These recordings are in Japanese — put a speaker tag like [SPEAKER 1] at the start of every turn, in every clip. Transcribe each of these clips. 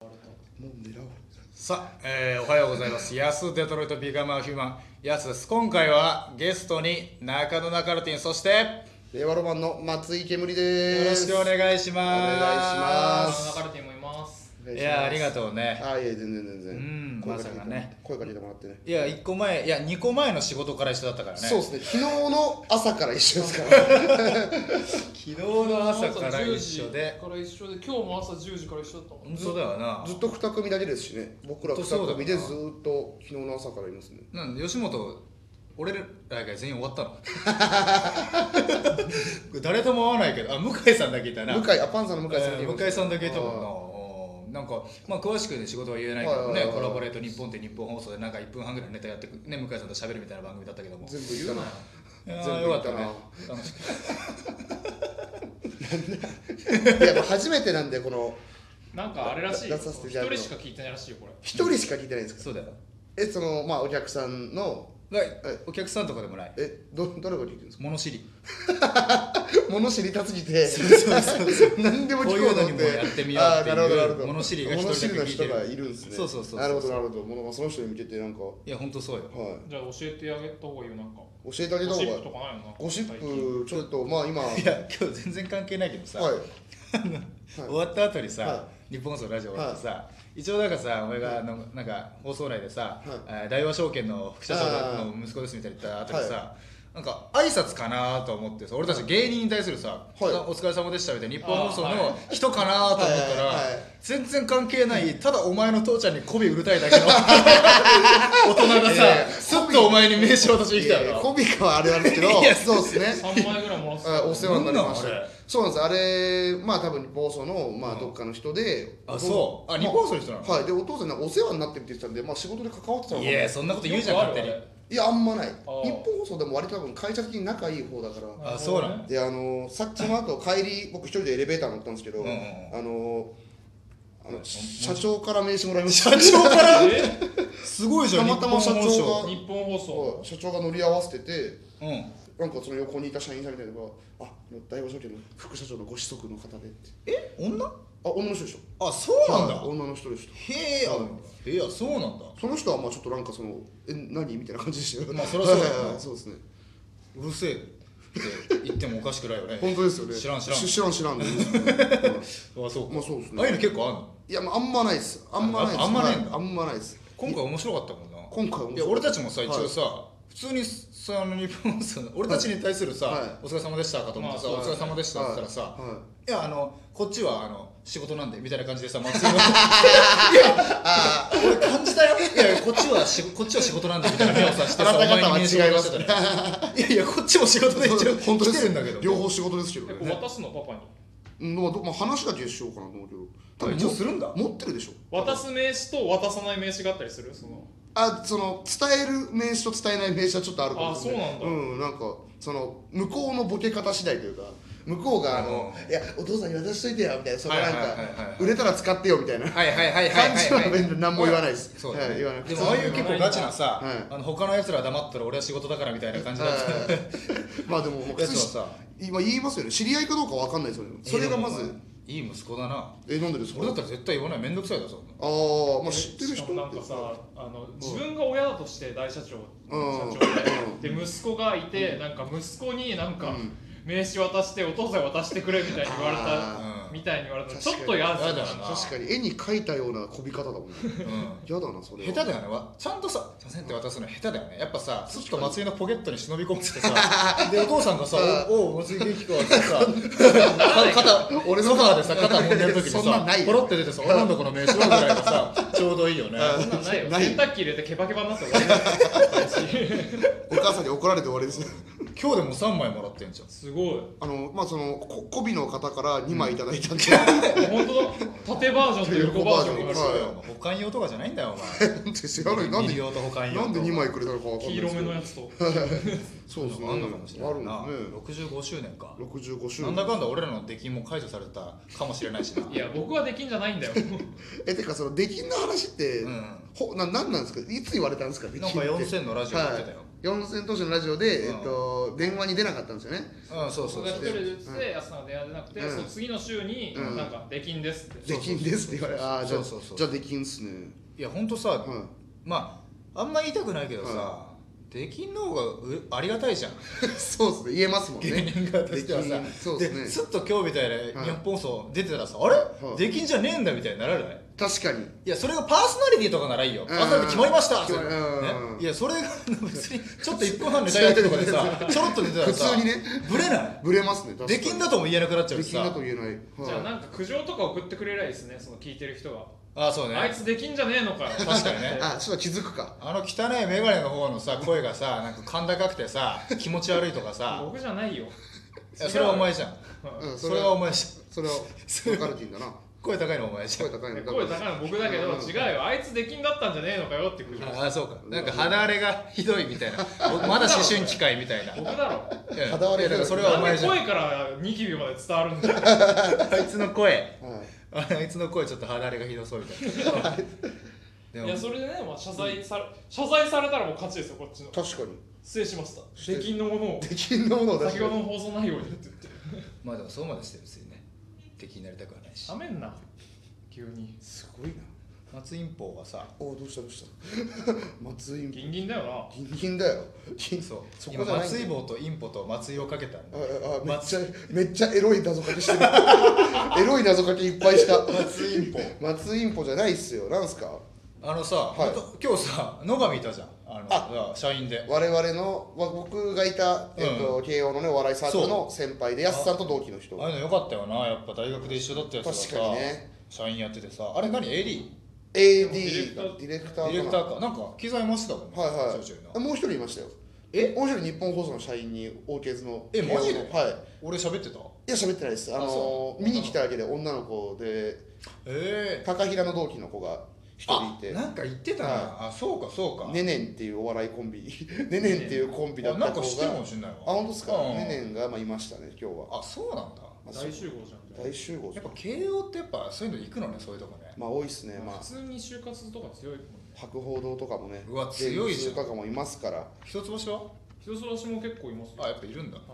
[SPEAKER 1] もう狙おう
[SPEAKER 2] さあ、えーおはようございます。ヤスデトロイトビガマーヒューマン、ヤスです。今回はゲストに中野中ルティン、そしてよ
[SPEAKER 1] 令和ロマンの松井けむりで
[SPEAKER 2] ろし
[SPEAKER 1] す
[SPEAKER 2] くお願いします。
[SPEAKER 1] お願いし
[SPEAKER 3] 流れて思
[SPEAKER 1] お願いしま
[SPEAKER 3] います。
[SPEAKER 1] す
[SPEAKER 2] いや、ありがとうね。
[SPEAKER 1] あいや全然全然
[SPEAKER 2] うん
[SPEAKER 1] 声かけて
[SPEAKER 2] まさかね
[SPEAKER 1] 声かけてもらってね
[SPEAKER 2] いや、1個前、いや、2個前の仕事から一緒だったからね。
[SPEAKER 1] そうですね昨日の朝から一緒です からね
[SPEAKER 2] 昨日の朝から一緒で
[SPEAKER 3] 10時。から一緒で、今日も朝10時から一緒だったも
[SPEAKER 2] 本
[SPEAKER 3] ん。
[SPEAKER 2] 当だよな。
[SPEAKER 1] ずっと二組だけですしね僕ら
[SPEAKER 2] ずっとそうだ
[SPEAKER 1] 二
[SPEAKER 2] な
[SPEAKER 1] 組でずっと昨日の朝からいますね
[SPEAKER 2] なん吉本、俺らが全員終わった の。誰とも会わないけど、あ、向井さんだけいたな。
[SPEAKER 1] 向井あパンサーの向井さん
[SPEAKER 2] えー向井さんだけいたもんなうんなんか、まあ、詳しくね仕事は言えないけど
[SPEAKER 1] はいは
[SPEAKER 2] ね
[SPEAKER 1] いはい
[SPEAKER 2] コラボレート日本って日本放送でなんか1分半ぐらいネタやってく、ね、向井さんと喋るみたいな番組だったけども
[SPEAKER 1] 全部言うな
[SPEAKER 2] あ
[SPEAKER 1] 全
[SPEAKER 2] ー
[SPEAKER 1] 部言
[SPEAKER 2] よか
[SPEAKER 1] っ
[SPEAKER 2] ったた
[SPEAKER 1] な
[SPEAKER 2] ね楽しく
[SPEAKER 1] いやもう初めてなんでこの
[SPEAKER 3] なんかあれらしいよ。
[SPEAKER 1] 出させて
[SPEAKER 3] 一
[SPEAKER 1] いただくの
[SPEAKER 3] 人しか聞いてないらしいよ、これ。
[SPEAKER 1] 一人しか聞いてないんですか
[SPEAKER 2] そうだよ
[SPEAKER 1] えそのまあお客さんの
[SPEAKER 2] だからお客さんとかでもない
[SPEAKER 1] えど誰が聞いてるんですか
[SPEAKER 2] 物知り
[SPEAKER 1] 物知りたすぎて
[SPEAKER 2] そうそうそう
[SPEAKER 1] 何でも聞こうと思って
[SPEAKER 2] こういうのにもやってみようってい
[SPEAKER 1] あーな
[SPEAKER 2] う
[SPEAKER 1] るほどなるほど
[SPEAKER 2] 物知りが一人だけ聞いてる
[SPEAKER 1] 物知りの人がいるんですね
[SPEAKER 2] そうそうそうそう
[SPEAKER 1] なるほどなるほどもうその人に向けてなんかはい
[SPEAKER 2] や本当そうよ
[SPEAKER 3] じゃあ教えてあげた方がいいよ、なんか。
[SPEAKER 1] い教えてあげた
[SPEAKER 3] ゴ
[SPEAKER 1] 方
[SPEAKER 3] シ
[SPEAKER 1] が
[SPEAKER 3] ップとかないよな。
[SPEAKER 1] ゴシ
[SPEAKER 3] 最近
[SPEAKER 1] ップちょっとまあ今はい
[SPEAKER 2] いや今日全然関係ないけどさ、終わった後にさ、
[SPEAKER 1] は
[SPEAKER 2] 日本放送のラジオ終わってさ、一応なんかさ、俺があの、なんか放送内でさ、えー大和証券の副社長の息子ですみたいな言った後にさ、なんか挨拶かなと思ってさ俺たち芸人に対するさ、
[SPEAKER 1] い
[SPEAKER 2] お疲れ様でしたみたいな日本放送
[SPEAKER 3] あーは
[SPEAKER 2] の人かなと思ったら、
[SPEAKER 1] はいはいはい
[SPEAKER 2] 全然関係ないただお前の父ちゃんに媚び売るたい だけの大人がさ、
[SPEAKER 1] えー
[SPEAKER 2] すっとお前に名刺渡してきた
[SPEAKER 1] いやいや
[SPEAKER 2] よ
[SPEAKER 1] コミカはあれなんですけど
[SPEAKER 2] いや
[SPEAKER 1] そうですね
[SPEAKER 3] 3枚ぐらいもらって
[SPEAKER 1] あ
[SPEAKER 3] た。
[SPEAKER 1] お世話になりまし
[SPEAKER 2] なんなんあ
[SPEAKER 1] た
[SPEAKER 2] れ
[SPEAKER 1] そうなんですあれまあ多分暴走のまあどっかの人で
[SPEAKER 2] あそうあ
[SPEAKER 1] ま
[SPEAKER 2] 日本放送の人なの
[SPEAKER 1] はいでお父さんなんかお世話になってるって言ってたんでまあ仕事で関わってたの
[SPEAKER 2] い
[SPEAKER 1] かな
[SPEAKER 2] やそんなこと言うじゃん勝手に
[SPEAKER 3] よくある
[SPEAKER 1] いやあんまない日
[SPEAKER 3] あ
[SPEAKER 1] 本放送でも割と多分会社的に仲いい方だから
[SPEAKER 3] あれ
[SPEAKER 2] あそうなの
[SPEAKER 1] であのさっきその後帰り僕一人でエレベーター乗ったんですけど、
[SPEAKER 2] うんうんうん
[SPEAKER 1] あのあの社長から名刺もらいました
[SPEAKER 2] 社長から
[SPEAKER 3] え
[SPEAKER 2] すごいじゃん
[SPEAKER 1] たまたま
[SPEAKER 2] 日本放
[SPEAKER 1] 社長が
[SPEAKER 3] 日本放
[SPEAKER 1] そ
[SPEAKER 3] 送
[SPEAKER 1] う。社長が乗り合わせてて
[SPEAKER 2] うん
[SPEAKER 1] なんかその横にいた社員さんみたいなのが「あ大和証券の副社長のご子息の方で」って
[SPEAKER 2] え女
[SPEAKER 1] あ女の人でし
[SPEAKER 2] あそう
[SPEAKER 1] た
[SPEAKER 2] なんだ、
[SPEAKER 1] はい女の人でした
[SPEAKER 2] へえあいやそうなんだ
[SPEAKER 1] その人はまあちょっとなんかその「え何?」みたいな感じでしたよ
[SPEAKER 2] まあそりゃそうだよな
[SPEAKER 1] はいはいはいそうですね
[SPEAKER 2] うるせえって言ってもおかしくないよね
[SPEAKER 1] 本当ですよね
[SPEAKER 2] 知らん知らん
[SPEAKER 1] し知らん知らん でいいですね
[SPEAKER 2] あそうか、
[SPEAKER 1] まあそうですね
[SPEAKER 2] ああいうの結構あんの
[SPEAKER 1] いやまああんまないですあんまないです
[SPEAKER 2] ああんまないんだ
[SPEAKER 1] はあんまないです
[SPEAKER 2] 今回面白かったもんな
[SPEAKER 1] 今回面白
[SPEAKER 2] い
[SPEAKER 1] い
[SPEAKER 2] や俺たちもさ
[SPEAKER 1] はい
[SPEAKER 2] 一応さ、普通にさあの日本さ俺たちに対するさ、
[SPEAKER 1] はい
[SPEAKER 2] お疲れ様でしたかと思ってさ、
[SPEAKER 3] まあ
[SPEAKER 2] お疲れ様でしたって言ったらさ、
[SPEAKER 1] はいはい
[SPEAKER 2] いやあのこっちはあの仕事なんでみたいな感じでさ 松井がいや俺感じたよいやこっちはしこっちは仕事なんでみたいな目をさしてさ
[SPEAKER 1] あなた方は
[SPEAKER 2] お前に名刺渡してたよいやいやこっちも仕事で一応
[SPEAKER 1] 本当で
[SPEAKER 2] 来
[SPEAKER 1] す
[SPEAKER 2] てるんだけど
[SPEAKER 1] 両方仕事ですけど
[SPEAKER 3] え、こ
[SPEAKER 1] ね
[SPEAKER 3] れ渡すの、パパに。
[SPEAKER 1] うんまあどまあ話だけしようかなと思うけど多分
[SPEAKER 2] 一応するんだ
[SPEAKER 1] 持ってるでしょ
[SPEAKER 3] 渡す名刺と渡さない名刺があったりするその。
[SPEAKER 1] あその伝える名刺と伝えない名刺はちょっとあるかもしれない
[SPEAKER 3] あそうなん
[SPEAKER 1] うんなんかその向こうのボケ方次第というか向こうがあの
[SPEAKER 2] あ
[SPEAKER 1] 「いやお父さんに渡しといてよ」みたいなその
[SPEAKER 2] はい
[SPEAKER 1] な
[SPEAKER 2] は
[SPEAKER 1] ん
[SPEAKER 2] い
[SPEAKER 1] か
[SPEAKER 2] はいはい
[SPEAKER 1] 売れたら使ってよみたいな
[SPEAKER 2] はいはいはいはい
[SPEAKER 1] 感じは
[SPEAKER 2] はい
[SPEAKER 1] 別に何も言わないです
[SPEAKER 2] そうだ
[SPEAKER 1] は
[SPEAKER 2] ね
[SPEAKER 1] い言わない
[SPEAKER 2] でもああいう結構ガチなさ、
[SPEAKER 1] はい
[SPEAKER 2] あの他のやつらは黙ったら俺は仕事だからみたいな感じだった
[SPEAKER 1] はいまあでももう
[SPEAKER 2] やつ
[SPEAKER 1] 靴下
[SPEAKER 2] はさ
[SPEAKER 1] 今言いますよね知り合いかどうかわかんないですよねそれがまず
[SPEAKER 2] いい息子だな
[SPEAKER 1] えなんでですか
[SPEAKER 2] 俺だったら絶対言わないめんどくさいだぞ
[SPEAKER 1] ああまあ知ってる人
[SPEAKER 3] しかもなんかさあの自分が親だとして大社長
[SPEAKER 1] うん
[SPEAKER 3] 社長でで息子がいてなんか息子になんか
[SPEAKER 1] うん
[SPEAKER 3] 名刺渡してお父さん渡してくれみたいに言われ
[SPEAKER 2] あ
[SPEAKER 3] た
[SPEAKER 2] ー
[SPEAKER 3] みたいに言われたらちょっ
[SPEAKER 1] 確か
[SPEAKER 3] と
[SPEAKER 1] に
[SPEAKER 3] 嫌だ
[SPEAKER 2] 嫌だ
[SPEAKER 3] よ
[SPEAKER 2] よな
[SPEAKER 1] 確かに絵に描いたようなこび方だもんね
[SPEAKER 2] うん
[SPEAKER 1] やだなそれ
[SPEAKER 2] 下手
[SPEAKER 1] は
[SPEAKER 2] だよねわちゃんとさ「すいません」って渡すの下手だよねやっぱさすっと松井のポケットに忍び込んでてさでお父さんがさ「おおう松井元気か」ってさ肩俺ソファーでさ肩揉んでる時に
[SPEAKER 1] そんなん
[SPEAKER 2] さ
[SPEAKER 1] ないよ
[SPEAKER 2] ポロって出てさ「女の子の名刺は」ぐらいがさちょうどいいよね
[SPEAKER 3] そんなんないよ
[SPEAKER 1] ないよ
[SPEAKER 3] 洗濯機入れてケバケバになって終わりだよ
[SPEAKER 1] お母さんに怒られて終わりです
[SPEAKER 2] 今日でも3枚もらってんじゃん
[SPEAKER 3] すごい
[SPEAKER 1] あのまあそのこ媚びの方から2枚いただいたんで、
[SPEAKER 3] 本当だ縦バージョンと横バージョンが
[SPEAKER 1] は
[SPEAKER 3] ある
[SPEAKER 1] い
[SPEAKER 2] そうよ保管用とかじゃないんだよ お
[SPEAKER 1] ですよな
[SPEAKER 2] 前
[SPEAKER 1] んでなん
[SPEAKER 2] 見る
[SPEAKER 1] で
[SPEAKER 2] 用と保管用と
[SPEAKER 1] なんで2枚くれたのかわかんない
[SPEAKER 3] 黄
[SPEAKER 1] です
[SPEAKER 3] 色
[SPEAKER 1] けど
[SPEAKER 3] めのやつと
[SPEAKER 1] そうですね
[SPEAKER 2] あんのかもしれないな
[SPEAKER 1] あるんですね
[SPEAKER 2] 65周年か
[SPEAKER 1] 65周
[SPEAKER 2] なんだかんだ俺らの出禁も解除されたかもしれないしない
[SPEAKER 3] や僕はできんじゃないんだよ
[SPEAKER 1] えてかその出禁の話って、
[SPEAKER 2] うん
[SPEAKER 1] ほななんなんですかいつ言われたんですか出禁
[SPEAKER 2] なん
[SPEAKER 1] って
[SPEAKER 2] か4000のラジオやってたよ、
[SPEAKER 1] はい四千頭身のラジオで、
[SPEAKER 2] うん
[SPEAKER 1] えっと、電話に出なかったんですよね
[SPEAKER 2] うんそう
[SPEAKER 3] 僕
[SPEAKER 2] そう
[SPEAKER 3] が一
[SPEAKER 2] そ
[SPEAKER 3] 人で
[SPEAKER 2] う
[SPEAKER 3] 打って、安さんが電話出なくて、
[SPEAKER 1] うん
[SPEAKER 3] その次の週に、
[SPEAKER 1] うん
[SPEAKER 3] なんか、できんですって。
[SPEAKER 1] できんですって言われああじゃあ
[SPEAKER 2] そうそうそう
[SPEAKER 1] じゃあできんっすね
[SPEAKER 2] いや本当さ、
[SPEAKER 1] うん
[SPEAKER 2] まああんま言いたくないけどさ、できんの方がうありが たいじゃん
[SPEAKER 1] そうですね言えますもんね
[SPEAKER 2] 芸人側としてはさ
[SPEAKER 1] できんそうですね
[SPEAKER 2] ずっと今日みたいな
[SPEAKER 1] はい
[SPEAKER 2] 日本放送出てたらさ、あれ、
[SPEAKER 1] はい
[SPEAKER 2] できんじゃねえんだみたいにならない
[SPEAKER 1] 確かに
[SPEAKER 2] いやそれがパーソナリティとかならいいよ
[SPEAKER 1] ん
[SPEAKER 2] パーソナリティ決まりました
[SPEAKER 1] 決まり
[SPEAKER 2] それ
[SPEAKER 1] うん
[SPEAKER 2] ねいやそれが別にちょっと1分半ネタやってる とかでさちょろっと出てたらさ
[SPEAKER 1] 普通にね
[SPEAKER 2] ブレない
[SPEAKER 1] ブレますね確かに
[SPEAKER 2] できんだとも言えなくなっちゃう
[SPEAKER 1] でき
[SPEAKER 2] し
[SPEAKER 1] んだと
[SPEAKER 2] さ
[SPEAKER 1] 言えない、はい
[SPEAKER 3] じゃあ、なんか苦情とか送ってくれりゃいいですね、その聞いてる人が。
[SPEAKER 2] あそうね
[SPEAKER 3] あいつできんじゃねえのかよ。
[SPEAKER 2] 確かにね
[SPEAKER 1] あちょっと気づくか
[SPEAKER 2] あの汚い眼鏡の方のさ声がさなんか甲高くてさ気持ち悪いと かさ
[SPEAKER 3] 僕じゃないよ。
[SPEAKER 2] いやそれはお前じゃん
[SPEAKER 1] うん
[SPEAKER 2] それはお前じゃん
[SPEAKER 1] それは分かるって言うんだな
[SPEAKER 2] 声高いのお前じゃ
[SPEAKER 1] 声
[SPEAKER 2] ん
[SPEAKER 1] 高いの
[SPEAKER 3] 声高いの僕だけど、違うよ。あいつできんだったんじゃねえのかよって苦情。
[SPEAKER 2] ああそうかなんか肌荒れがひどいみたいな おまだ思春期かいみたいな
[SPEAKER 3] 僕だろ。
[SPEAKER 2] うん
[SPEAKER 1] 肌荒れ
[SPEAKER 2] いやだからそれ はお
[SPEAKER 3] なん
[SPEAKER 2] 前
[SPEAKER 3] で
[SPEAKER 2] じゃん
[SPEAKER 3] 声からニキビまで伝わるんだよ。
[SPEAKER 2] あいつの声
[SPEAKER 1] はい
[SPEAKER 2] あいつの声ちょっと肌荒れがひどそうみた いなで
[SPEAKER 3] いや、それでね、まあ、謝罪され、謝罪されたらもう勝ちですよ、こっちの。
[SPEAKER 1] 確かに
[SPEAKER 3] 失礼しました。
[SPEAKER 1] 失礼
[SPEAKER 3] できんのものを、
[SPEAKER 1] できんのものを
[SPEAKER 3] 先
[SPEAKER 1] 確
[SPEAKER 3] ほ
[SPEAKER 1] か
[SPEAKER 3] ど
[SPEAKER 1] に
[SPEAKER 3] の放送内容にって言って。
[SPEAKER 2] まあでもそうまでして別にね敵になりたくはないし
[SPEAKER 3] しゃめんな、急に。
[SPEAKER 1] すごいな
[SPEAKER 2] 松陰法はさ
[SPEAKER 1] おどうしたどうした 松井
[SPEAKER 3] ギンギンだよ
[SPEAKER 1] ギンギンだよギン
[SPEAKER 2] そう
[SPEAKER 1] そこ
[SPEAKER 2] 今
[SPEAKER 1] じゃない
[SPEAKER 2] 松井棒と陰法と松井をかけたん
[SPEAKER 1] あ
[SPEAKER 2] だ
[SPEAKER 1] あめっ
[SPEAKER 2] 松
[SPEAKER 1] ちゃめっちゃエロい謎かけしてる エロい謎かけいっぱいした
[SPEAKER 2] 松陰 法
[SPEAKER 1] 松インポじゃないっすよなんすか
[SPEAKER 2] あのさ、
[SPEAKER 1] はい
[SPEAKER 2] ほんと今日さ野上いたじゃんあの社員で
[SPEAKER 1] 我々のわ僕がいた、えっと慶応のねお笑いサークルの先輩でやすさんと同期の人
[SPEAKER 2] ああいうのよかったよなやっぱ大学で一緒だったやつがさ
[SPEAKER 1] 確かにね
[SPEAKER 2] 社員やっててさあれ何 AD?
[SPEAKER 1] ディレクタ
[SPEAKER 2] ディレ
[SPEAKER 1] ー
[SPEAKER 2] ク
[SPEAKER 1] か
[SPEAKER 2] タ
[SPEAKER 1] な
[SPEAKER 2] ーかなんか機材回してたもんね
[SPEAKER 1] はいは
[SPEAKER 2] ちょいちょい
[SPEAKER 1] い
[SPEAKER 2] な
[SPEAKER 1] もう一人いましたよ
[SPEAKER 2] え
[SPEAKER 1] もう一人日本放送の社員にオーケーズの
[SPEAKER 2] えマジで
[SPEAKER 1] 慶応のはい
[SPEAKER 2] 俺喋ってた
[SPEAKER 1] いや喋ってないですあ
[SPEAKER 2] あ
[SPEAKER 1] の
[SPEAKER 2] そ
[SPEAKER 1] 見に来たわけで女の子で
[SPEAKER 2] ええ
[SPEAKER 1] 高平の同期の子が一人いて
[SPEAKER 2] あなんか言ってたな、
[SPEAKER 1] は
[SPEAKER 2] あそうかそうか、
[SPEAKER 1] ねねんっていうお笑いコンビ ねねんっていうコンビだっ
[SPEAKER 2] あ
[SPEAKER 1] た
[SPEAKER 2] なん
[SPEAKER 1] 子
[SPEAKER 2] か知ってるか
[SPEAKER 1] が
[SPEAKER 2] もしれないわ
[SPEAKER 1] あ本当ですか
[SPEAKER 2] うん
[SPEAKER 1] ねねんがまあいましたね今日は
[SPEAKER 2] あそうなんだ
[SPEAKER 1] あ
[SPEAKER 3] な。
[SPEAKER 1] そう
[SPEAKER 3] 大集合じゃん。
[SPEAKER 1] 大集合じ
[SPEAKER 2] や
[SPEAKER 1] ゃん
[SPEAKER 2] っぱ慶応ってやっぱそういうの行くのねそういうとこね
[SPEAKER 1] まあ多いですねまあ
[SPEAKER 3] 普通に就活とか強いもんね。
[SPEAKER 1] 博報堂とかもね
[SPEAKER 2] うわ強いじゃん
[SPEAKER 1] とかもいますから
[SPEAKER 2] 一つ星は
[SPEAKER 3] 人そらしも結構いますよ。
[SPEAKER 2] あやっぱいるんだ
[SPEAKER 3] はい。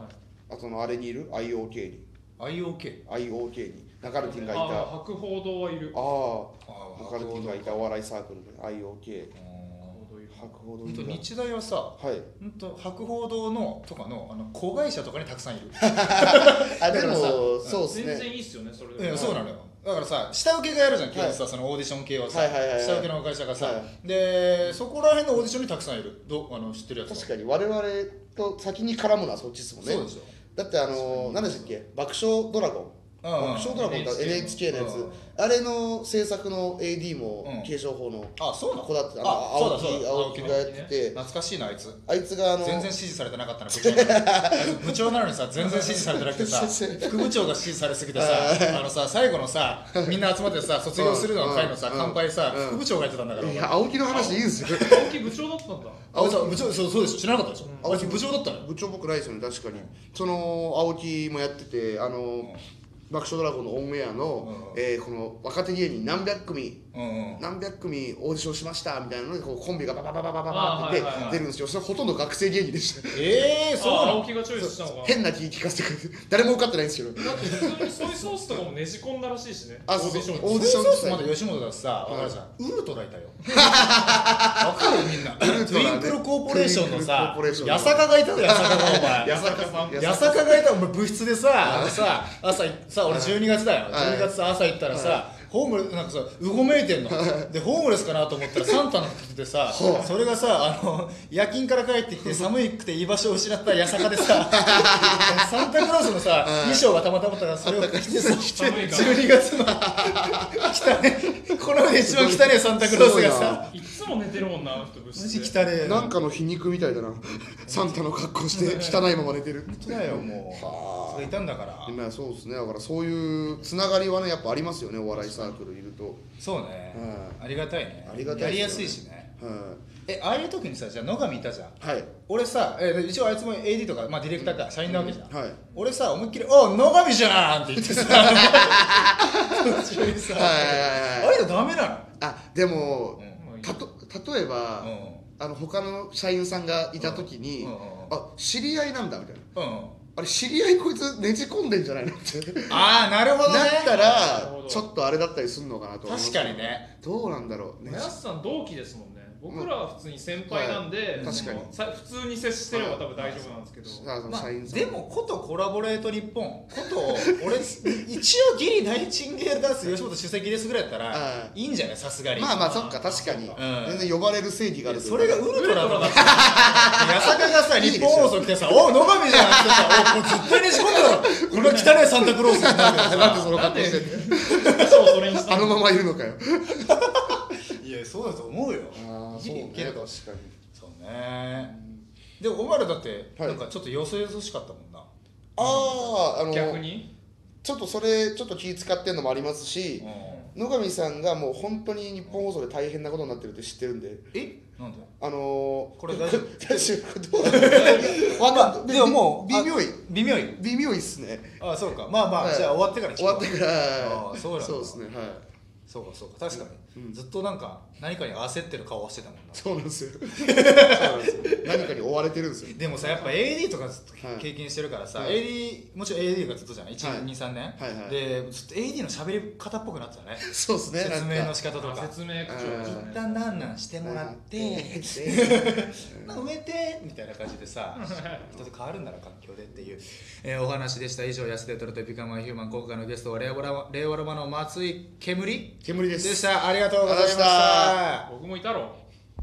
[SPEAKER 1] あとのあれにいる IOK に
[SPEAKER 2] IOK
[SPEAKER 1] IOK に中ルティンがいた
[SPEAKER 3] あ
[SPEAKER 1] あ
[SPEAKER 3] 白報堂はいる。
[SPEAKER 1] あ
[SPEAKER 2] あ
[SPEAKER 1] 中ルティンがいたお笑いサークルの IOK
[SPEAKER 3] 白報堂いる。
[SPEAKER 1] 博報堂
[SPEAKER 2] 本
[SPEAKER 1] に
[SPEAKER 2] 当
[SPEAKER 1] い
[SPEAKER 2] 日大はさ
[SPEAKER 1] たはい
[SPEAKER 2] 本当白報堂のとかのあの子会社とかにたくさんいる
[SPEAKER 1] あで
[SPEAKER 2] だからさ
[SPEAKER 1] もそうです
[SPEAKER 3] 全
[SPEAKER 1] ね
[SPEAKER 3] 然いいっすよね、それ
[SPEAKER 2] い
[SPEAKER 3] で
[SPEAKER 2] や
[SPEAKER 3] も。
[SPEAKER 2] そうなのよだからさ下請けがやるじゃん今日さ、
[SPEAKER 1] は
[SPEAKER 2] そのオーディション系はさ、
[SPEAKER 1] はいはいはいはい
[SPEAKER 2] 下請けの会社がさ、
[SPEAKER 1] は
[SPEAKER 2] でそこら辺のオーディションにたくさんいるどあの知ってるやつは
[SPEAKER 1] 確かに我々と先に絡むのはそっちですもんね
[SPEAKER 2] そうでしょ
[SPEAKER 1] だってあのー何でしたっけ爆笑ドラゴン
[SPEAKER 2] うんうん
[SPEAKER 1] 爆笑ドラゴンって NHK のや
[SPEAKER 2] うん
[SPEAKER 1] つあれの制作の AD
[SPEAKER 2] うん
[SPEAKER 1] も継承法の
[SPEAKER 2] あそうなの
[SPEAKER 1] 子だってあの
[SPEAKER 2] あそうだ
[SPEAKER 1] 青
[SPEAKER 2] そう
[SPEAKER 1] 木青木が
[SPEAKER 2] だ
[SPEAKER 1] やってて
[SPEAKER 2] 懐かしいなあいつ
[SPEAKER 1] あいつがあの
[SPEAKER 2] 全然支持されてなかったな部長なのに部長なのにさ全然支持されてなくて さ副部長が支持されすぎてさあのさ最後のさみんな集 まってさ卒業するのの会のさ
[SPEAKER 1] うん
[SPEAKER 2] 乾杯さ
[SPEAKER 1] うん
[SPEAKER 2] 副部長がやってたんだから
[SPEAKER 1] いや青木の話いいですよ
[SPEAKER 3] 青木部長だったんだ。
[SPEAKER 2] 青木さん部長そうそうです知らなかったでしょ
[SPEAKER 1] うん
[SPEAKER 2] 青木部長だったのよ
[SPEAKER 1] 部長僕ないですよね確かにその青木もやっててあのー爆笑ドラゴンのオンエアの
[SPEAKER 2] うん
[SPEAKER 1] えーこの若手芸人何百組
[SPEAKER 2] うんうん
[SPEAKER 1] 何百組オーディションしましたみたいなのでこうコンビがバババババババっ
[SPEAKER 3] あーはいはいは
[SPEAKER 1] て出
[SPEAKER 3] い
[SPEAKER 1] るんですよそれほとんど学生芸人でした
[SPEAKER 2] ええそう
[SPEAKER 3] あ
[SPEAKER 2] な
[SPEAKER 3] 青
[SPEAKER 2] の
[SPEAKER 3] 木がチョイスしたのかな。
[SPEAKER 1] 変な気聞かせてくれて誰も受かってないんですけど
[SPEAKER 3] だって普通にソイソースとかもねじ込んだらしいしね。
[SPEAKER 1] あそうそう
[SPEAKER 3] オーディションに
[SPEAKER 1] オーディション
[SPEAKER 2] ソー
[SPEAKER 1] 自
[SPEAKER 2] ス
[SPEAKER 1] 体
[SPEAKER 2] まだ吉本だしさ分かるじゃんウルトラい たよわかるみんな
[SPEAKER 1] ウルト
[SPEAKER 2] ト
[SPEAKER 1] ラね
[SPEAKER 2] ゥインクルコーポレーションのさ
[SPEAKER 1] トゥインクルコーポレーションの
[SPEAKER 2] 八坂がいたよ八坂がお前
[SPEAKER 1] 八坂さん
[SPEAKER 2] 八坂がいたお前部室でさあのさ朝いさ俺12月だよ
[SPEAKER 1] はい
[SPEAKER 2] 12月さ朝行ったらさホームレスなんかさうごめいてんのでホームレスかなと思ったらサンタの服着てさ
[SPEAKER 1] ほう
[SPEAKER 2] それがさあの夜勤から帰ってきて寒くて居場所を失った八坂 でさサンタクロースのさ衣装がたまたまたからそれを着てさ
[SPEAKER 3] 寒 いから
[SPEAKER 2] 12月の汚ねこの世で一番汚ねサンタクロー
[SPEAKER 1] す
[SPEAKER 2] スが
[SPEAKER 1] ごいない
[SPEAKER 2] さ
[SPEAKER 3] いつも寝てるもんな、あの人物
[SPEAKER 2] マジ
[SPEAKER 3] 質で。
[SPEAKER 2] 汚ね
[SPEAKER 1] なんかの皮肉みたいだなサンタの格好して汚いまま寝てる
[SPEAKER 2] 本当だよもうそれいたんだから
[SPEAKER 1] まあそうですねだからそういうつながりはねやっぱありますよねお笑いサークルいると
[SPEAKER 2] そうね、
[SPEAKER 1] う
[SPEAKER 2] ありがたいね
[SPEAKER 1] ありがたい
[SPEAKER 2] やり
[SPEAKER 1] で
[SPEAKER 2] や
[SPEAKER 1] す
[SPEAKER 2] す
[SPEAKER 1] よね
[SPEAKER 2] いしね
[SPEAKER 1] は
[SPEAKER 2] えああいう時にさじゃあ野上いたじゃん
[SPEAKER 1] いはい
[SPEAKER 2] 俺さ、えー一応あいつも AD とか、まあ、ディレクターか社員なわけじゃん、
[SPEAKER 1] はい
[SPEAKER 2] 俺さ思いっきり「おう野上じゃん!」って言ってさ途中にさ、
[SPEAKER 1] はいはいはいはい
[SPEAKER 2] あれだダメな
[SPEAKER 1] あでも
[SPEAKER 2] の、
[SPEAKER 3] うん
[SPEAKER 1] たと例えば
[SPEAKER 2] うん
[SPEAKER 1] あの他の社員さんがいた時に、
[SPEAKER 2] うんうんうんうん
[SPEAKER 1] あ知り合いなんだみたいな
[SPEAKER 2] うんうん
[SPEAKER 1] あれ知り合いこいつねじ込んでんじゃないのって
[SPEAKER 2] あ あなるほどね
[SPEAKER 1] なった
[SPEAKER 3] なるほ
[SPEAKER 1] ら
[SPEAKER 3] ど
[SPEAKER 1] ちょっとあれだったりするのかなと思う
[SPEAKER 2] 確かにね
[SPEAKER 1] どうなんだろうね
[SPEAKER 3] もやすさん同期ですもんね僕らは普通に先輩なんで、
[SPEAKER 1] はい確かに
[SPEAKER 3] そのさ普通に接してれば多分大丈夫なんですけど、
[SPEAKER 1] あの
[SPEAKER 2] まあ、
[SPEAKER 1] 社員さん
[SPEAKER 2] でもことコラボレート日本こと俺一応ギリナイチンゲールダンス吉本主席ですぐらいやった
[SPEAKER 1] あ
[SPEAKER 2] ら
[SPEAKER 1] あ
[SPEAKER 2] いいんじゃないさすがに
[SPEAKER 1] まあまあそっか確かに、
[SPEAKER 2] ん
[SPEAKER 1] 全然呼ばれる正義があるという
[SPEAKER 2] そ
[SPEAKER 1] か
[SPEAKER 2] れがウルトラとかさ八坂がさ
[SPEAKER 1] いいで
[SPEAKER 2] 日
[SPEAKER 1] しょ
[SPEAKER 2] 本放送来てさ「おう野上じゃん」ってさ「おうこれ絶対に仕込んだろこんな汚いサンタクロース」になるけど
[SPEAKER 1] なんで
[SPEAKER 2] さ
[SPEAKER 1] その格好してん の
[SPEAKER 3] そうそれにした
[SPEAKER 1] あ
[SPEAKER 3] の
[SPEAKER 1] のままいるのかよ
[SPEAKER 2] いやそうだと思うよ
[SPEAKER 1] ああ
[SPEAKER 2] いいけど
[SPEAKER 1] 確かに
[SPEAKER 2] そうねでもお前らだって
[SPEAKER 1] はい
[SPEAKER 2] なんかちょっとよそよそしかったもんな
[SPEAKER 1] あああの
[SPEAKER 3] 逆に
[SPEAKER 1] ちょっとそれちょっと気使ってるのもありますし
[SPEAKER 2] う、ん
[SPEAKER 1] 野上さんがもう本当に日本放送で大変なことになってるって知ってるんで
[SPEAKER 2] えなんで
[SPEAKER 1] あのー、
[SPEAKER 2] これ大丈 夫
[SPEAKER 1] 大丈夫どうわかんない
[SPEAKER 2] でももう
[SPEAKER 1] び微妙い
[SPEAKER 2] あ微妙い
[SPEAKER 1] 微妙いっすね
[SPEAKER 2] あそうかまあま
[SPEAKER 1] は
[SPEAKER 2] あ
[SPEAKER 1] い
[SPEAKER 2] じゃあ終わってから聞く
[SPEAKER 1] 終わってから
[SPEAKER 2] あーそうなんだ
[SPEAKER 1] そうですねはい
[SPEAKER 2] そうかそうか確かに、
[SPEAKER 1] うん
[SPEAKER 2] ずっとなんか何かに焦ってる顔をしてたもんな
[SPEAKER 1] そうなんですよそうなんですよ何かに追われてるんですよ
[SPEAKER 2] でもさやっぱ AD とかずっと
[SPEAKER 1] はい
[SPEAKER 2] 経験してるからさ、
[SPEAKER 1] はい
[SPEAKER 2] AD もちろん AD がずっとじゃない123、
[SPEAKER 1] はい
[SPEAKER 2] 2 3年、
[SPEAKER 1] はいはい
[SPEAKER 2] でずっと AD の喋り方っぽくなってたね
[SPEAKER 1] そうですね
[SPEAKER 2] 説明の仕方と
[SPEAKER 3] あ
[SPEAKER 2] か
[SPEAKER 3] 説明口
[SPEAKER 1] あ
[SPEAKER 3] 調
[SPEAKER 2] 一旦なんなんしてもらってまあ埋めてみたいな感じ でさ人と変わるんだな環境でっていう、えーお話でした以上安手トロとビカムアヒューマン今回のゲストは令和ロマ令和ロマの松井煙
[SPEAKER 1] 煙で
[SPEAKER 2] ですしたありがとうご
[SPEAKER 1] ありがとうござ
[SPEAKER 2] ざいまし
[SPEAKER 1] いました
[SPEAKER 2] た
[SPEAKER 3] 僕もいたろ